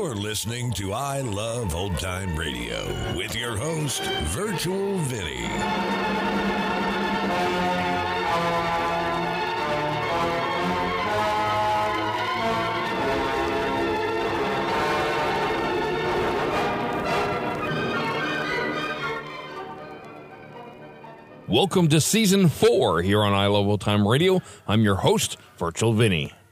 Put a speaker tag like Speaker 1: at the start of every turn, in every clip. Speaker 1: listening to I Love Old Time Radio with your host, Virtual Vinny.
Speaker 2: Welcome to season four here on I Love Old Time Radio. I'm your host, Virtual Vinny.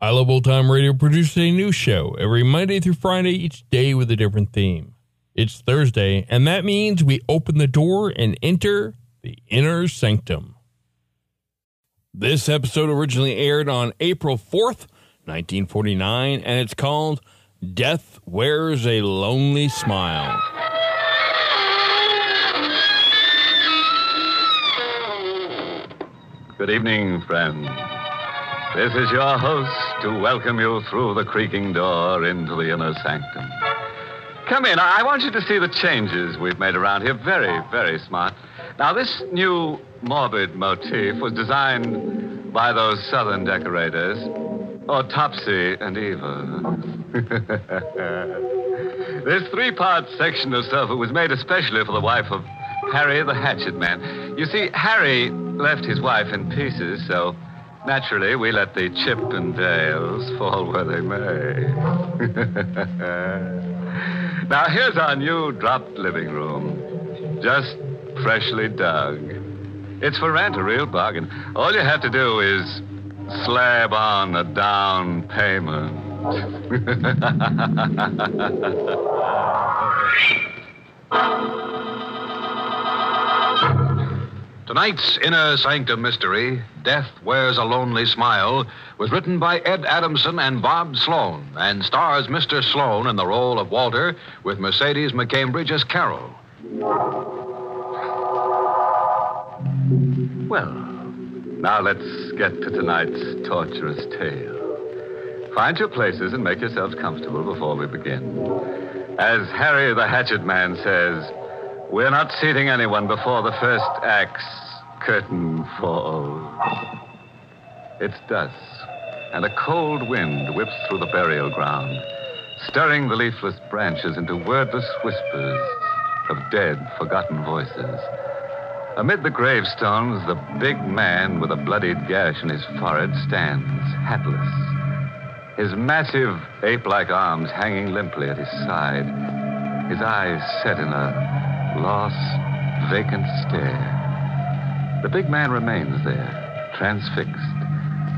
Speaker 2: I Love Old Time Radio produces a new show every Monday through Friday, each day with a different theme. It's Thursday, and that means we open the door and enter the inner sanctum. This episode originally aired on April 4th, 1949, and it's called Death Wears a Lonely Smile.
Speaker 3: Good evening, friends. This is your host to welcome you through the creaking door into the inner sanctum. Come in. I I want you to see the changes we've made around here. Very, very smart. Now, this new morbid motif was designed by those southern decorators, Autopsy and Eva. this three part section of sofa was made especially for the wife of Harry the Hatchet Man. You see, Harry left his wife in pieces, so naturally we let the chip and dales fall where they may. now, here's our new dropped living room, just freshly dug. It's for rent, a real bargain. All you have to do is slab on a down payment.
Speaker 4: Tonight's Inner Sanctum Mystery, Death Wears a Lonely Smile, was written by Ed Adamson and Bob Sloan and stars Mr. Sloan in the role of Walter with Mercedes McCambridge as Carol.
Speaker 3: Well, now let's get to tonight's torturous tale. Find your places and make yourselves comfortable before we begin. As Harry the Hatchet Man says, we're not seating anyone before the first act's curtain falls. It's dusk, and a cold wind whips through the burial ground, stirring the leafless branches into wordless whispers of dead, forgotten voices. Amid the gravestones, the big man with a bloodied gash in his forehead stands, hatless, his massive ape like arms hanging limply at his side, his eyes set in a lost, vacant stare. The big man remains there, transfixed,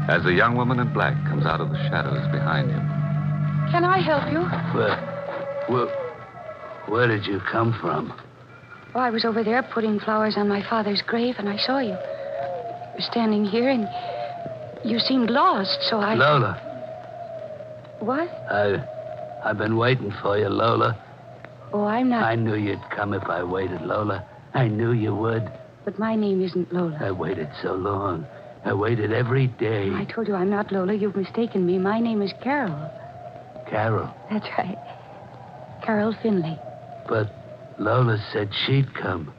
Speaker 3: as the young woman in black comes out of the shadows behind him.
Speaker 5: Can I help you?
Speaker 6: Where, where, where did you come from?
Speaker 5: Oh, I was over there putting flowers on my father's grave, and I saw you. You were standing here, and you seemed lost, so I.
Speaker 6: Lola,
Speaker 5: What?
Speaker 6: I, I've been waiting for you, Lola.
Speaker 5: Oh, I'm not.
Speaker 6: I knew you'd come if I waited, Lola. I knew you would.
Speaker 5: But my name isn't Lola.
Speaker 6: I waited so long. I waited every day.
Speaker 5: I told Uh, you I'm not Lola. You've mistaken me. My name is Carol.
Speaker 6: Carol.
Speaker 5: That's right. Carol Finley.
Speaker 6: But Lola said she'd come.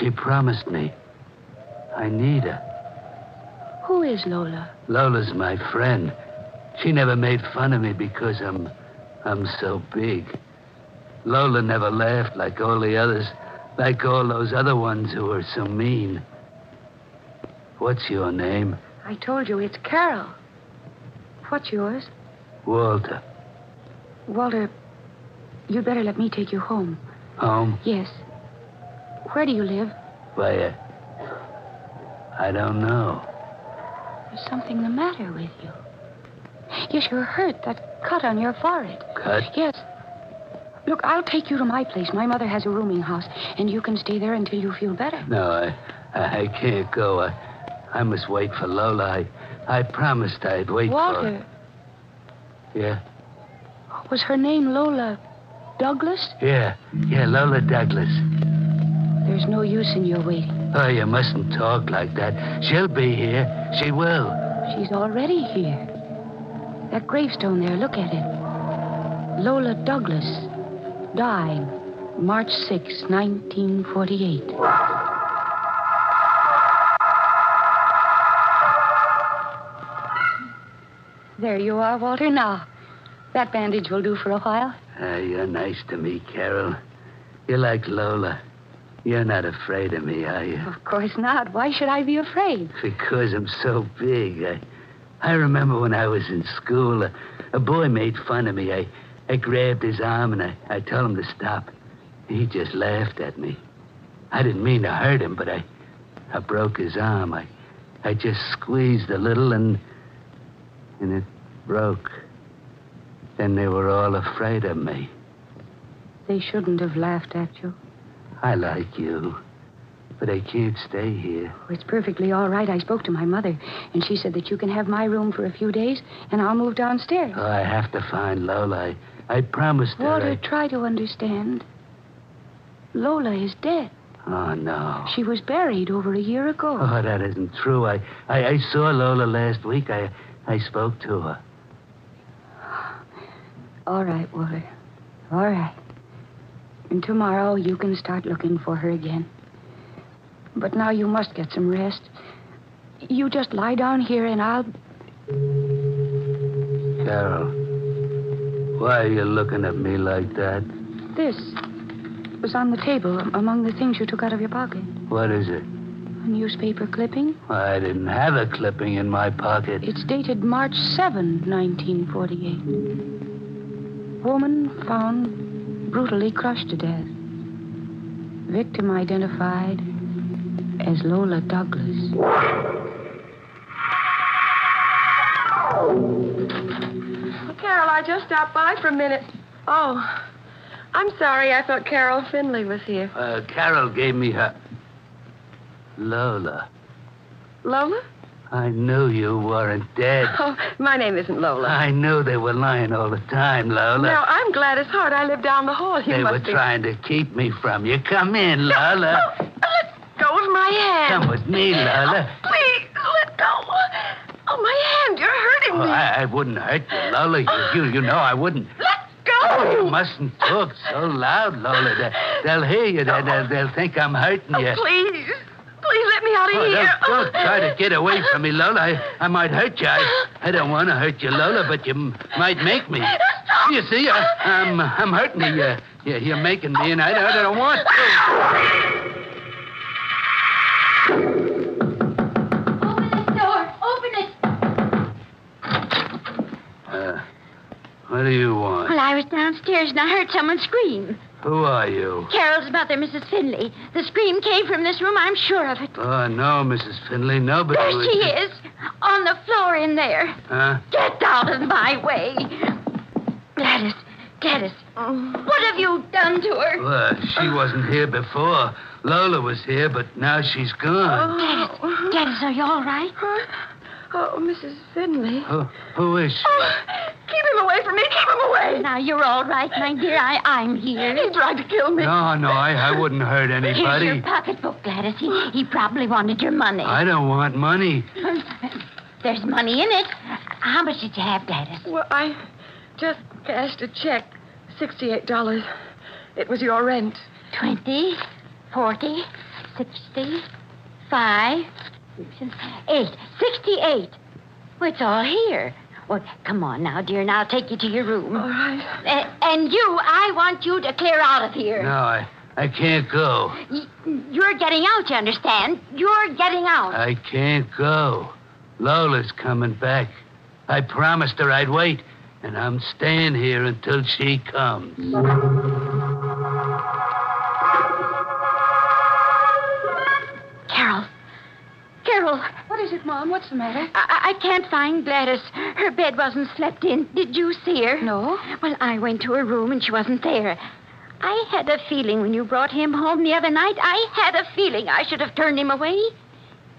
Speaker 6: She promised me. I need her.
Speaker 5: Who is Lola?
Speaker 6: Lola's my friend. She never made fun of me because I'm I'm so big. Lola never laughed like all the others, like all those other ones who were so mean. What's your name?
Speaker 5: I told you it's Carol. What's yours?
Speaker 6: Walter.
Speaker 5: Walter, you'd better let me take you home.
Speaker 6: Home?
Speaker 5: Yes. Where do you live?
Speaker 6: Where? I don't know.
Speaker 5: There's something the matter with you. Yes, you're hurt. That cut on your forehead.
Speaker 6: Cut?
Speaker 5: Yes. Look, I'll take you to my place. My mother has a rooming house, and you can stay there until you feel better.
Speaker 6: No, I, I, I can't go. I, I must wait for Lola. I, I promised I'd wait for
Speaker 5: Walter,
Speaker 6: her. Yeah?
Speaker 5: was her name Lola Douglas?
Speaker 6: Yeah. Yeah, Lola Douglas.
Speaker 5: There's no use in your waiting.
Speaker 6: Oh, you mustn't talk like that. She'll be here. She will.
Speaker 5: She's already here. That gravestone there, look at it. Lola Douglas died March 6, 1948. There you are, Walter. Now, that bandage will do for a while.
Speaker 6: Ah, you're nice to me, Carol. You're like Lola. You're not afraid of me, are you?
Speaker 5: Of course not. Why should I be afraid?
Speaker 6: Because I'm so big. I, I remember when I was in school, a, a boy made fun of me. I, I grabbed his arm and I, I told him to stop. He just laughed at me. I didn't mean to hurt him, but I, I broke his arm. I, I just squeezed a little and, and it broke. Then they were all afraid of me.
Speaker 5: They shouldn't have laughed at you.
Speaker 6: I like you, but I can't stay here.
Speaker 5: Oh, It's perfectly all right. I spoke to my mother, and she said that you can have my room for a few days, and I'll move downstairs.
Speaker 6: Oh, I have to find Lola. I, I promised
Speaker 5: Walter,
Speaker 6: her.
Speaker 5: try to understand. Lola is dead.
Speaker 6: I... Oh, no.
Speaker 5: She was buried over a year ago.
Speaker 6: Oh, that isn't true. I, I, I saw Lola last week. I, I spoke to her.
Speaker 5: All right, Walter. All right. And tomorrow you can start looking for her again. But now you must get some rest. You just lie down here and I'll.
Speaker 6: Carol, why are you looking at me like that?
Speaker 5: This was on the table among the things you took out of your pocket.
Speaker 6: What is it?
Speaker 5: A newspaper clipping.
Speaker 6: I didn't have a clipping in my pocket.
Speaker 5: It's dated March 7, 1948. Woman found brutally crushed to death. Victim identified as Lola Douglas.
Speaker 7: Carol, I just stopped by for a minute. Oh, I'm sorry. I thought Carol Finley was here.
Speaker 6: Uh, Carol gave me her. Lola,
Speaker 7: Lola?
Speaker 6: I knew you weren't dead.
Speaker 7: Oh, my name isn't Lola.
Speaker 6: I knew they were lying all the time, Lola.
Speaker 7: Now, I'm Gladys Hart. I live down the hall. You
Speaker 6: they were
Speaker 7: must be.
Speaker 6: trying to keep me from you. Come in, Lola.
Speaker 7: Oh, let go of my hand.
Speaker 6: Come with me, Lola.
Speaker 7: Oh, please, let go. Oh, my hand. You're hurting
Speaker 6: Oh,
Speaker 7: me.
Speaker 6: I, I wouldn't hurt you, Lola. You, you, you know I wouldn't.
Speaker 7: Let
Speaker 6: Oh, You
Speaker 7: go.
Speaker 6: mustn't talk so loud, Lola. They, will hear you. They, they'll, they'll think I'm hurting
Speaker 7: Oh,
Speaker 6: you.
Speaker 7: please. Please let me out of
Speaker 6: Oh,
Speaker 7: here.
Speaker 8: uh,
Speaker 6: don't, don't try to get away from me, Lola. I, I might hurt you. I, I don't want to hurt you, Lola, but you m- might make me. You see, I, I'm, I'm hurting you. You're, you're- you're making me, and I, don't- I don't want to.
Speaker 8: Open this door! Open it!
Speaker 6: Uh, what do you want?
Speaker 8: Well, I was downstairs and I heard someone scream.
Speaker 6: Who are you?
Speaker 8: Carol's mother, Mrs. Finley. The scream came from this room, I'm sure of it.
Speaker 6: Oh, no, Mrs. Finley, nobody
Speaker 8: There
Speaker 6: would-
Speaker 8: she is, on the floor in there.
Speaker 6: Huh?
Speaker 8: Get out of my way. Gladys, Gladys, what have you done to her?
Speaker 6: Well, she wasn't here before. Lola was here, but now she's gone.
Speaker 8: Gladys, Gladys, are you all right?
Speaker 7: Oh, Mrs. Finley.
Speaker 8: Oh.
Speaker 6: Who, who is she?
Speaker 7: Keep him away from me. Keep him away.
Speaker 8: Now, you're all right, my dear. I, I'm here.
Speaker 7: He tried to kill me.
Speaker 6: No, no, I, I wouldn't hurt
Speaker 8: Here's your
Speaker 6: anybody.
Speaker 8: pocketbook, Gladys. He, he probably wanted your money.
Speaker 6: I don't want money.
Speaker 8: There's money in it. How much did you have, Gladys?
Speaker 7: Well, I just cashed a check, sixty-eight dollars. It was your rent.
Speaker 8: Twenty, forty, sixty, five, eight, sixty-eight. Well, it's all here. Well, come on now, dear, and I'll take you to your room.
Speaker 7: All right.
Speaker 8: A- and you, I want you to clear out of here.
Speaker 6: No, I, I can't go.
Speaker 8: Y- you're getting out, you understand? You're getting out.
Speaker 6: I can't go. Lola's coming back. I promised her I'd wait, and I'm staying here until she comes.
Speaker 8: Carol. Carol,
Speaker 5: What is it, Mom? What's the matter?
Speaker 8: I-, I can't find Gladys. Her bed wasn't slept in. Did you see her?
Speaker 5: No.
Speaker 8: Well, I went to her room and she wasn't there. I had a feeling when you brought him home the other night, I had a feeling I should have turned him away.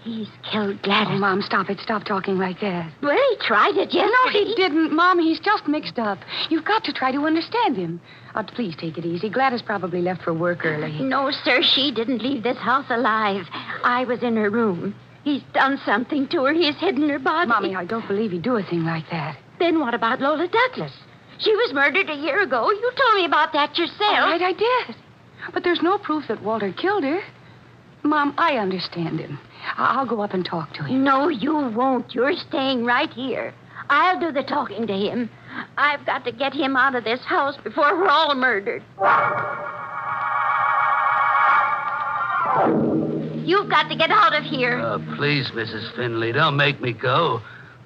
Speaker 8: He's killed Gladys.
Speaker 5: Oh, Mom, stop it. Stop talking like that.
Speaker 8: Well, he tried it yesterday.
Speaker 5: No, he didn't, Mom. He's just mixed up. You've got to try to understand him. Oh, please take it easy. Gladys probably left for work early.
Speaker 8: No, sir, she didn't leave this house alive. I was in her room. He's done something to her. He's hidden her body.
Speaker 5: Mommy, I don't believe he'd do a thing like that.
Speaker 8: Then what about Lola Douglas? She was murdered a year ago. You told me about that yourself.
Speaker 5: All right, I did. But there's no proof that Walter killed her. Mom, I understand him. I- I'll go up and talk to him.
Speaker 8: No, you won't. You're staying right here. I'll do the talking to him. I've got to get him out of this house before we're all murdered. You've got to get out of here.
Speaker 6: Oh, please, Mrs. Finley, don't make me go.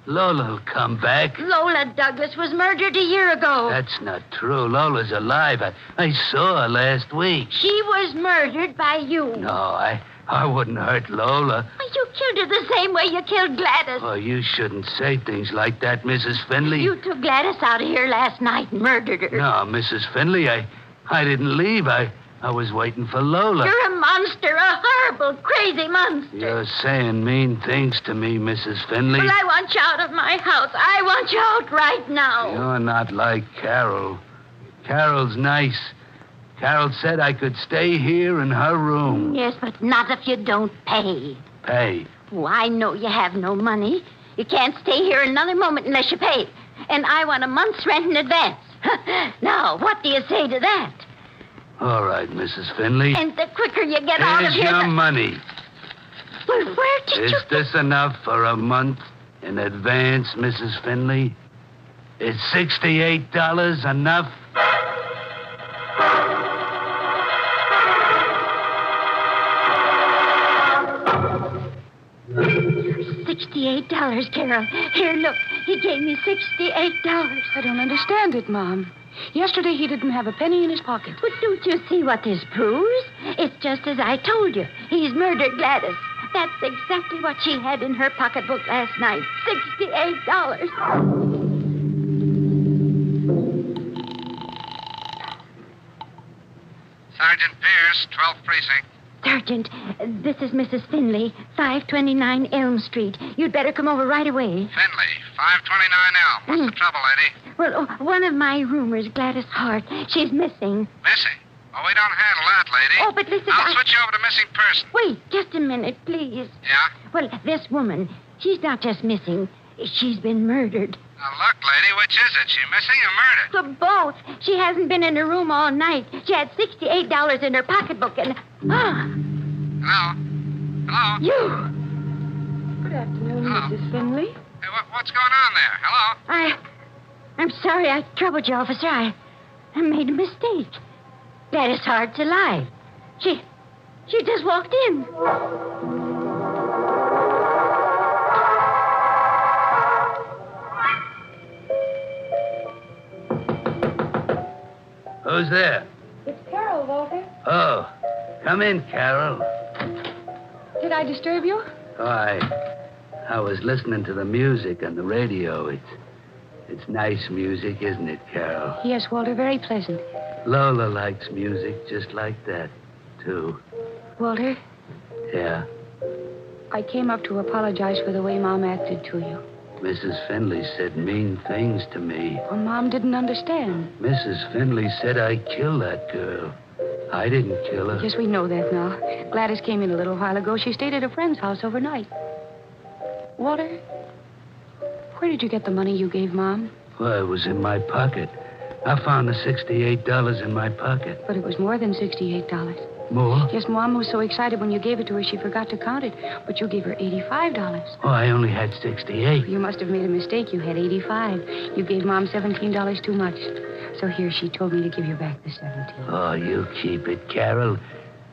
Speaker 6: Lola'll come back.
Speaker 8: Lola Douglas was murdered a year ago.
Speaker 6: That's not true. Lola's alive. I, I saw her last week.
Speaker 8: She was murdered by you.
Speaker 6: No, I, I wouldn't hurt Lola.
Speaker 8: You killed her the same way you killed Gladys.
Speaker 6: Oh, you shouldn't say things like that, Mrs. Finley.
Speaker 8: You took Gladys out of here last night and murdered her.
Speaker 6: No, Mrs. Finley, I, I didn't leave. I, I was waiting for Lola.
Speaker 8: You're a monster, a horrible, crazy monster.
Speaker 6: You're saying mean things to me, Mrs. Finley.
Speaker 8: Well, I want you out of my house. I want you out right now.
Speaker 6: You're not like Carol. Carol's nice. Carol said I could stay here in her room.
Speaker 8: Yes, but not if you don't pay.
Speaker 6: Pay.
Speaker 8: Oh, I know you have no money. You can't stay here another moment unless you pay. And I want a month's rent in advance. now, what do you say to that?
Speaker 6: All right, Mrs. Finley.
Speaker 8: And the quicker you get out of
Speaker 6: Here's
Speaker 8: here,
Speaker 6: your
Speaker 8: the...
Speaker 6: money.
Speaker 8: Well, where did
Speaker 6: Is
Speaker 8: you...
Speaker 6: this enough for a month in advance, Mrs. Finley? Is $68 enough?
Speaker 8: Sixty-eight dollars, Carol. Here, look. He gave me sixty-eight dollars.
Speaker 5: I don't understand it, Mom. Yesterday he didn't have a penny in his pocket.
Speaker 8: But don't you see what this proves? It's just as I told you. He's murdered Gladys. That's exactly what she had in her pocketbook last night. Sixty-eight dollars.
Speaker 9: Sergeant Pierce, 12th Precinct.
Speaker 8: Sergeant, this is Mrs. Finley, 529 Elm Street. You'd better come over right away.
Speaker 9: Finley, 529 Elm. What's the trouble, lady?
Speaker 8: Well, oh, one of my roomers, Gladys Hart, she's missing.
Speaker 9: Missing. Well, we don't handle that, lady.
Speaker 8: Oh, but listen,
Speaker 9: I'll
Speaker 8: I-
Speaker 9: switch you over to missing person.
Speaker 8: Wait just a minute, please.
Speaker 9: Yeah?
Speaker 8: Well, this woman, she's not just missing, she's been murdered.
Speaker 9: Now, look, lady, which is it? She missing or murdered?
Speaker 8: The boat. She hasn't been in her room all night. She had sixty-eight dollars in her pocketbook, and ah,
Speaker 9: Hello? Hello?
Speaker 8: you.
Speaker 7: Good afternoon,
Speaker 9: Hello.
Speaker 7: Mrs. Finley.
Speaker 9: Hey, what, what's going on there? Hello?
Speaker 8: I, I'm sorry I troubled you, officer. I, I made a mistake. Gladys Hart's alive. She, she just walked in.
Speaker 6: Who's there?
Speaker 5: It's Carol, Walter.
Speaker 6: Oh, come in, Carol.
Speaker 5: Did I disturb you?
Speaker 6: Oh, I, I was listening to the music on the radio. It's, it's nice music, isn't it, Carol?
Speaker 5: Yes, Walter, very pleasant.
Speaker 6: Lola likes music just like that, too.
Speaker 5: Walter,
Speaker 6: Yeah,
Speaker 5: I came up to apologize for the way Mom acted to you.
Speaker 6: Mrs. Finley said mean things to me.
Speaker 5: Well, Mom didn't understand.
Speaker 6: Mrs. Finley said I killed that girl. I didn't kill her.
Speaker 5: Yes, we know that now. Gladys came in a little while ago. She stayed at a friend's house overnight. Walter, where did you get the money you gave Mom?
Speaker 6: Well, it was in my pocket. I found the $68 in my pocket.
Speaker 5: But it was more than $68.
Speaker 6: More?
Speaker 5: Yes, Mom was so excited when you gave it to her, she forgot to count it. But you gave her $85.
Speaker 6: Oh, I only had 68.
Speaker 5: You must have made a mistake. You had 85. You gave Mom $17 too much. So here, she told me to give you back the 17
Speaker 6: Oh, you keep it, Carol.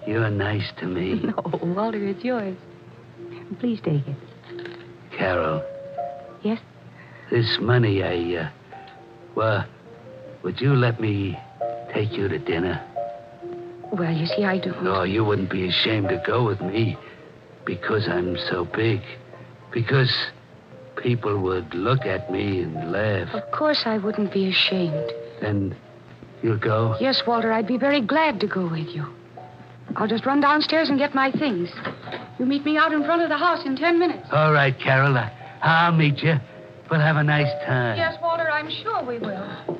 Speaker 6: You're nice to me.
Speaker 5: No, Walter, it's yours. Please take it.
Speaker 6: Carol,
Speaker 5: Yes?
Speaker 6: this money I, uh, well, would you let me take you to dinner?
Speaker 5: Well, you see, I do.
Speaker 6: No, you wouldn't be ashamed to go with me because I'm so big. Because people would look at me and laugh.
Speaker 5: Of course, I wouldn't be ashamed.
Speaker 6: Then you'll go?
Speaker 5: Yes, Walter, I'd be very glad to go with you. I'll just run downstairs and get my things. You meet me out in front of the house in ten minutes.
Speaker 6: All right, Carol. I- I'll meet you. We'll have a nice time.
Speaker 5: Yes, Walter, I'm sure we will.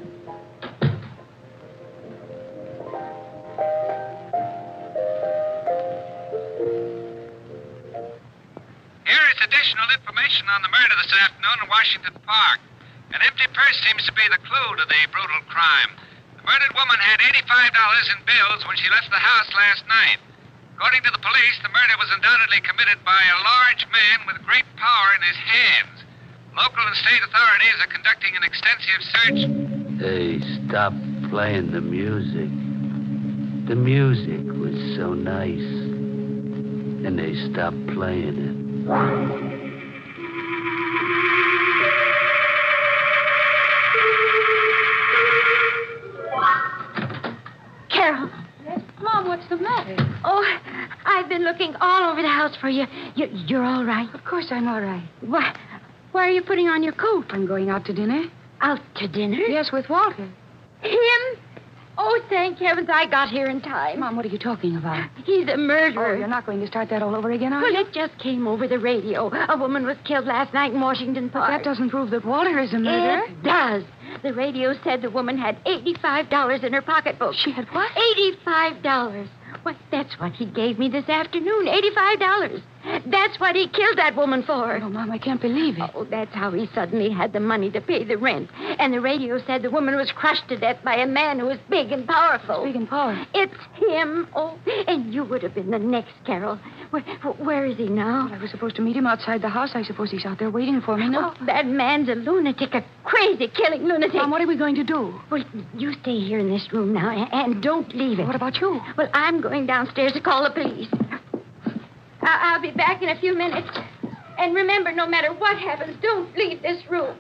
Speaker 9: Here is additional information on the murder this afternoon in Washington Park. An empty purse seems to be the clue to the brutal crime. The murdered woman had $85 in bills when she left the house last night. According to the police, the murder was undoubtedly committed by a large man with great power in his hands. Local and state authorities are conducting an extensive search.
Speaker 6: Hey, stop playing the music. The music was so nice. And they stopped playing
Speaker 8: Carol.
Speaker 5: Mom, what's the matter?
Speaker 8: Oh, I've been looking all over the house for you. you you're all right.
Speaker 5: Of course I'm all right.
Speaker 8: Why, why are you putting on your coat?
Speaker 5: I'm going out to dinner.
Speaker 8: Out to dinner?
Speaker 5: Yes, with Walter.
Speaker 8: Him? Oh, thank heavens I got here in time.
Speaker 5: Mom, what are you talking about?
Speaker 8: He's a
Speaker 5: Oh,
Speaker 8: murderer.
Speaker 5: you're not going to start that all over again, are
Speaker 8: Well,
Speaker 5: you?
Speaker 8: it just came over the radio. A woman was killed last night in Washington Park.
Speaker 5: That doesn't prove that Walter is a murderer.
Speaker 8: It does. The radio said the woman had $85 in her pocketbook.
Speaker 5: She had what?
Speaker 8: $85. Why, that's what he gave me this afternoon. $85. That's what he killed that woman for.
Speaker 5: Oh, Mom, I can't believe it.
Speaker 8: Oh, that's how he suddenly had the money to pay the rent. And the radio said the woman was crushed to death by a man who was big and powerful.
Speaker 5: Big and Paul.
Speaker 8: It's him. Oh, and you would have been the next, Carol. Where, where is he now?
Speaker 5: I was supposed to meet him outside the house. I suppose he's out there waiting for me now.
Speaker 8: Oh, that man's a lunatic, a crazy, killing lunatic.
Speaker 5: Mom, what are we going to do?
Speaker 8: Well, you stay here in this room now, a- and don't leave it.
Speaker 5: What about you?
Speaker 8: Well, I'm going downstairs to call the police. I- I'll be back in a few minutes. And remember, no matter what happens, don't leave this room.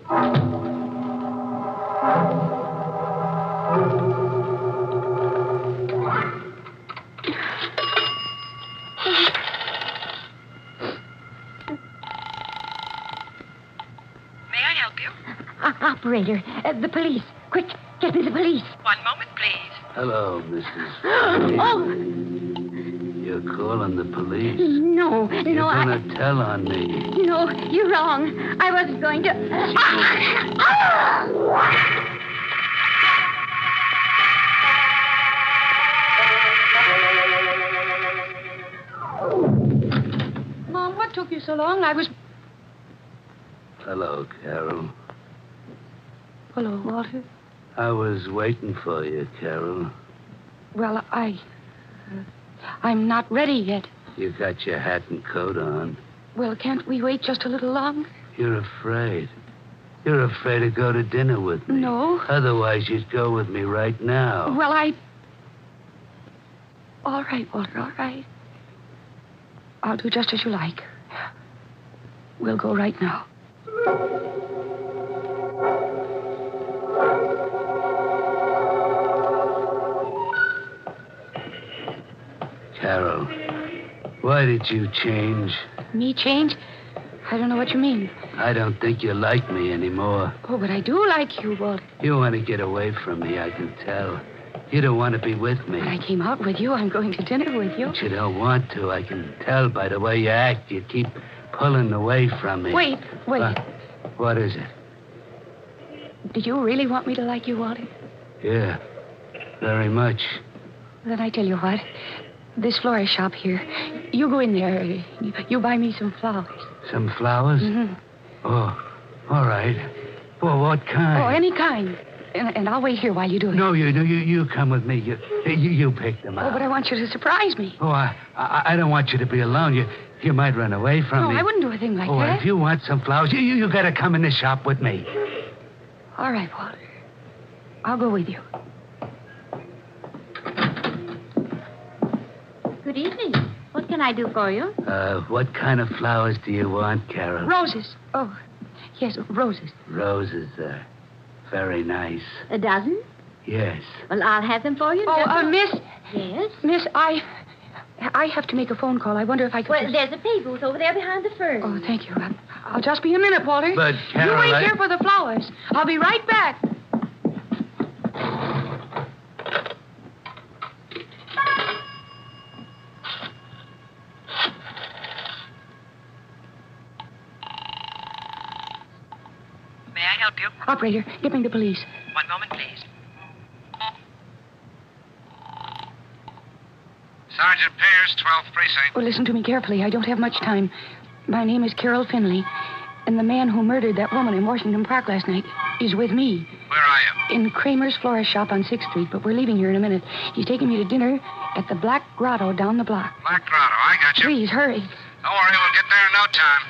Speaker 10: May I help you?
Speaker 8: O- operator, uh, the police. Quick, get me the police.
Speaker 10: One moment, please.
Speaker 6: it. Hello, Mrs.
Speaker 8: Oh,
Speaker 6: You're calling the police.
Speaker 8: no,
Speaker 6: You're
Speaker 8: no, I.
Speaker 6: gonna tell on me.
Speaker 8: No, you're wrong. I wasn't going to. Ah!
Speaker 5: Mom, what took you so long? I was.
Speaker 6: Hello, Carol.
Speaker 5: Hello, Walter.
Speaker 6: I was waiting for you, Carol.
Speaker 5: Well, I. uh, I'm not ready yet.
Speaker 6: You got your hat and coat on.
Speaker 5: Well, can't we wait just a little longer?
Speaker 6: You're afraid. You're afraid to go to dinner with me.
Speaker 5: No.
Speaker 6: Otherwise, you'd go with me right now.
Speaker 5: Well, I. All right, Walter, all right. I'll do just as you like. We'll go right now.
Speaker 6: Carol, why did you change?
Speaker 5: Me change? I don't know what you mean.
Speaker 6: I don't think you like me anymore.
Speaker 5: Oh, but I do like you, Walter.
Speaker 6: You want to get away from me, I can tell. You don't want to be with me.
Speaker 5: When I came out with you, I'm going to dinner with you.
Speaker 6: But you don't want to. I can tell by the way you act. You keep pulling away from me.
Speaker 5: Wait, wait.
Speaker 6: Uh, what is it?
Speaker 5: Did you really want me to like you, Walter?
Speaker 6: Yeah, very much.
Speaker 5: Then I tell you what. This florist shop here. You go in there. You buy me some flowers.
Speaker 6: Some flowers?
Speaker 5: Mm-hmm.
Speaker 6: Oh, all right. Well, what kind?
Speaker 5: Oh, any kind. And, and I'll wait here while you do it.
Speaker 6: No, you, no, you, you come with me. You, you, you pick them
Speaker 5: Oh,
Speaker 6: out.
Speaker 5: but I want you to surprise me.
Speaker 6: Oh, I, I, I don't want you to be alone. You, you might run away from
Speaker 5: No,
Speaker 6: me.
Speaker 5: I wouldn't do a thing like
Speaker 6: Oh,
Speaker 5: that.
Speaker 6: if you want some flowers, you, you, you gotta come in the shop with me.
Speaker 5: All right, Walter. I'll go with you.
Speaker 8: Good evening. What can I do for you?
Speaker 6: Uh, what kind of flowers do you want, Carol?
Speaker 5: Roses. Oh, yes, roses.
Speaker 6: Roses are very nice.
Speaker 8: A dozen?
Speaker 6: Yes.
Speaker 8: Well, I'll have them for you.
Speaker 5: Oh,
Speaker 8: Just-
Speaker 5: uh, Miss,
Speaker 8: yes.
Speaker 5: Miss, I, I have to make a phone call. I wonder if I could.
Speaker 8: Well, there's a pay booth over there behind the fern.
Speaker 5: Oh, thank you. I'll, I'll just be a minute, Walter.
Speaker 6: But, Carol,
Speaker 5: you wait
Speaker 6: I-
Speaker 5: here for the flowers. I'll be right back. Operator, get me the police.
Speaker 10: One moment, please.
Speaker 9: Sergeant Pierce, 12th Precinct.
Speaker 5: Oh, listen to me carefully. I don't have much time. My name is Carol Finley, and the man who murdered that woman in Washington Park last night is with me.
Speaker 9: Where are you?
Speaker 5: In Kramer's florist shop on 6th Street, but we're leaving here in a minute. He's taking me to dinner at the Black Grotto down the block.
Speaker 9: Black Grotto. I got you.
Speaker 5: Please, hurry.
Speaker 9: Don't worry, we'll get there in no time.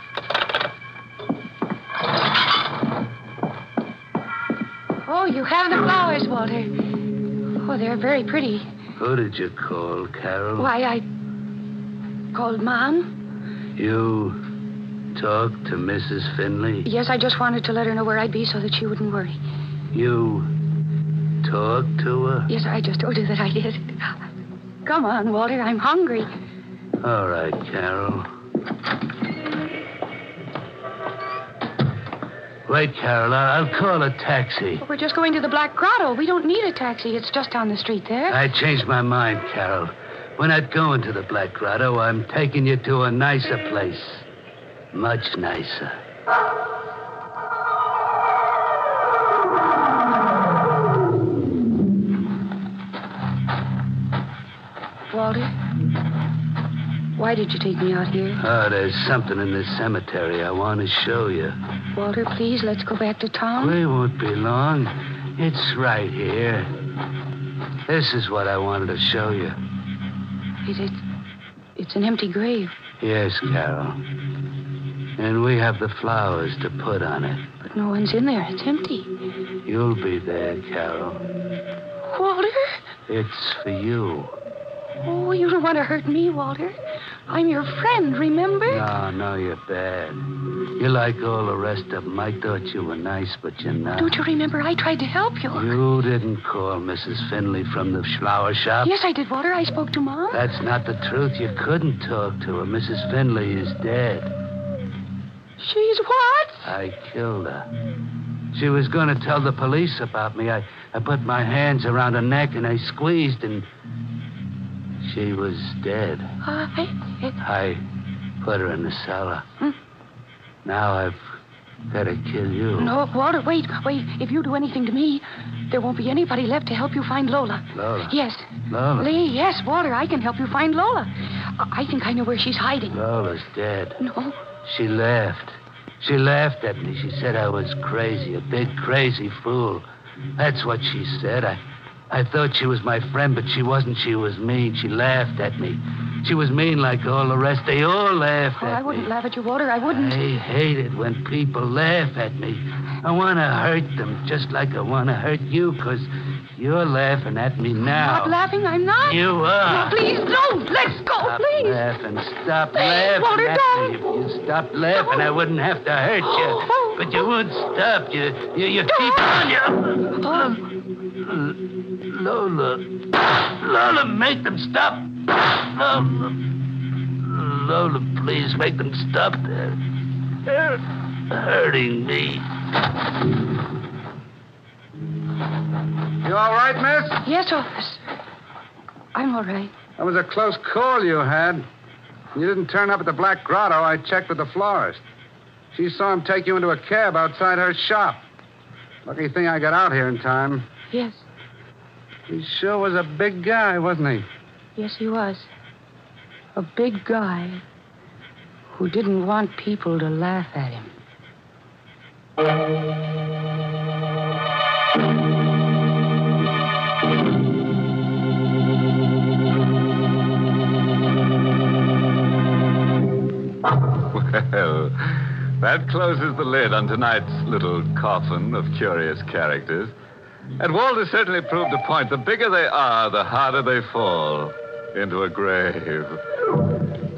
Speaker 5: Oh, you have the flowers, Walter. Oh, they're very pretty.
Speaker 6: Who did you call, Carol?
Speaker 5: Why, I called Mom.
Speaker 6: You talked to Mrs. Finley?
Speaker 5: Yes, I just wanted to let her know where I'd be so that she wouldn't worry.
Speaker 6: You talked to her?
Speaker 5: Yes, I just told you that I did. Come on, Walter. I'm hungry.
Speaker 6: All right, Carol. Wait, Carol. I- I'll call a taxi.
Speaker 5: We're just going to the Black Grotto. We don't need a taxi. It's just down the street there.
Speaker 6: I changed my mind, Carol. We're not going to the Black Grotto. I'm taking you to a nicer place. Much nicer.
Speaker 5: Walter, why did you take me out here?
Speaker 6: Oh, there's something in this cemetery I want to show you.
Speaker 5: Walter, please, let's go back to town.
Speaker 6: We won't be long. It's right here. This is what I wanted to show you.
Speaker 5: It, it, it's an empty grave,
Speaker 6: Yes, Carol. And we have the flowers to put on it.
Speaker 5: but no one's in there. It's empty.
Speaker 6: You'll be there, Carol.
Speaker 5: Walter?
Speaker 6: It's for you.
Speaker 5: Oh, you don't want to hurt me, Walter. I'm your friend, remember?
Speaker 6: No, no, you're bad. You're like all the rest of 'em. I thought you were nice, but you're not.
Speaker 5: Don't you remember? I tried to help you.
Speaker 6: You didn't call Mrs. Finley from the flower shop.
Speaker 5: Yes, I did, Walter. I spoke to Mom.
Speaker 6: That's not the truth. You couldn't talk to her. Mrs. Finley is dead.
Speaker 5: She's what?
Speaker 6: I killed her. She was going to tell the police about me. I, I put my hands around her neck and I squeezed and. She was dead.
Speaker 5: I,
Speaker 6: I put her in the cellar. Now I've got to kill you.
Speaker 5: no, Walter, wait, wait. If you do anything to me, there won't be anybody left to help you find Lola.
Speaker 6: Lola.
Speaker 5: Yes.
Speaker 6: Lola.
Speaker 5: Lee, yes, Walter, I can help you find Lola. I I think I know where she's hiding.
Speaker 6: Lola's dead.
Speaker 5: No.
Speaker 6: She laughed. She laughed at me. She said I was crazy, a big crazy fool. That's what she said. I, I thought she was my friend, but she wasn't. She was mean. She laughed at me. She was mean like all the rest. They all laughed
Speaker 5: Oh,
Speaker 6: at
Speaker 5: I wouldn't
Speaker 6: me.
Speaker 5: laugh at you, Walter. I wouldn't.
Speaker 6: I hate it when people laugh at me. I want to hurt them just like I want to hurt you, because you're laughing at me now.
Speaker 5: Not laughing, I'm not.
Speaker 6: You are.
Speaker 5: No, please don't. Let's go,
Speaker 6: Stop
Speaker 5: please.
Speaker 6: laughing. Stop
Speaker 5: Please,
Speaker 6: laughing.
Speaker 5: Walter,
Speaker 6: at
Speaker 5: don't.
Speaker 6: me. If you stopped laughing, I wouldn't have to hurt
Speaker 8: Oh,
Speaker 6: you. But you won't stop. You you, you keep on. You... Lola. Lola, make them stop. Lola. Lola, please make them stop. They're, they're hurting me.
Speaker 4: You all right, miss?
Speaker 5: Yes, officer. I'm all right.
Speaker 4: That was a close call you had. You didn't turn up at the Black Grotto. I checked with the florist. She saw him take you into a cab outside her shop. Lucky thing I got out here in time.
Speaker 5: Yes.
Speaker 4: He sure was a big guy, wasn't he?
Speaker 5: Yes, he was. A big guy who didn't want people to laugh at him.
Speaker 3: Well, that closes the lid on tonight's little coffin of curious characters. And Walter certainly proved a point. The bigger they are, the harder they fall into a grave.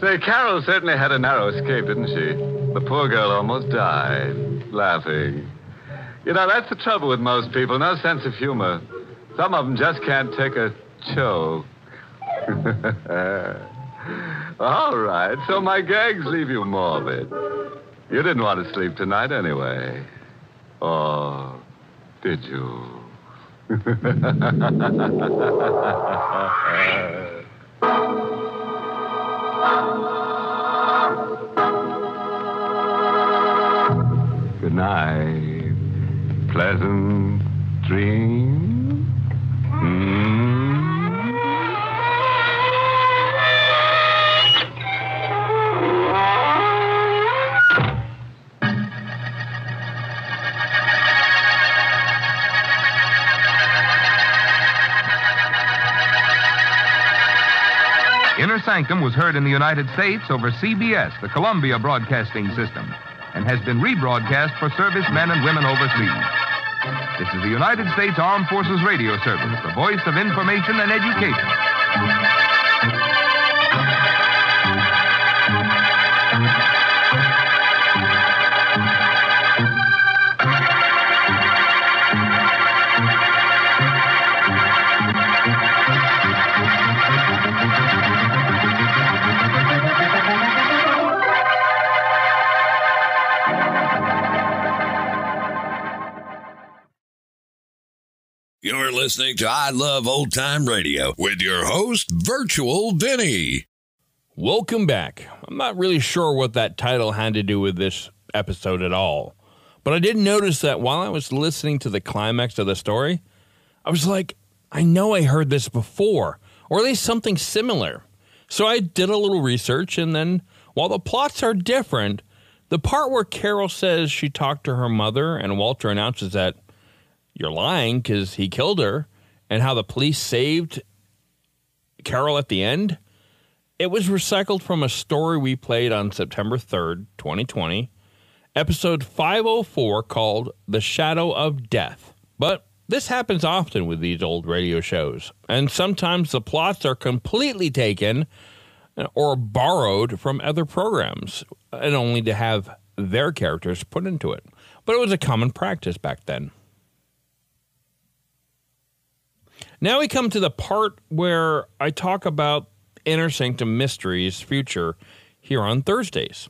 Speaker 3: Say, Carol certainly had a narrow escape, didn't she? The poor girl almost died, laughing. You know, that's the trouble with most people no sense of humor. Some of them just can't take a choke. All right, so my gags leave you morbid. You didn't want to sleep tonight anyway. Or did you? Good night. pleasant dreams. Hmm.
Speaker 11: Inner Sanctum was heard in the United States over CBS, the Columbia Broadcasting System, and has been rebroadcast for servicemen and women overseas. This is the United States Armed Forces Radio Service, the voice of information and education.
Speaker 1: You're listening to I Love Old Time Radio with your host, Virtual Vinny.
Speaker 2: Welcome back. I'm not really sure what that title had to do with this episode at all, but I did notice that while I was listening to the climax of the story, I was like, I know I heard this before, or at least something similar. So I did a little research, and then while the plots are different, the part where Carol says she talked to her mother and Walter announces that you're lying because he killed her, and how the police saved Carol at the end. It was recycled from a story we played on September 3rd, 2020, episode 504 called The Shadow of Death. But this happens often with these old radio shows, and sometimes the plots are completely taken or borrowed from other programs and only to have their characters put into it. But it was a common practice back then. Now we come to the part where I talk about Inner Sanctum Mysteries future here on Thursdays.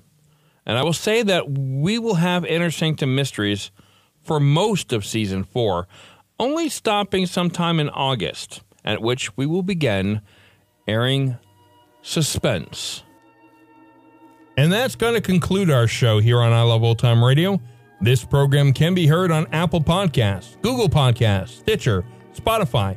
Speaker 2: And I will say that we will have Inner Sanctum Mysteries for most of season four, only stopping sometime in August, at which we will begin airing Suspense. And that's going to conclude our show here on I Love Old Time Radio. This program can be heard on Apple Podcasts, Google Podcasts, Stitcher, Spotify,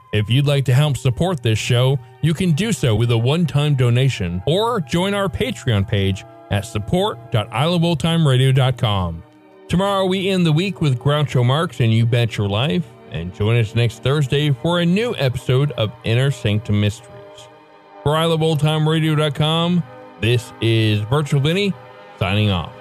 Speaker 2: If you'd like to help support this show, you can do so with a one-time donation or join our Patreon page at support.iloveoldtimeradio.com. Tomorrow we end the week with Groucho Marx and You Bet Your Life, and join us next Thursday for a new episode of Inner Sanctum Mysteries. For iloveoldtimeradio.com, this is Virtual Vinny signing off.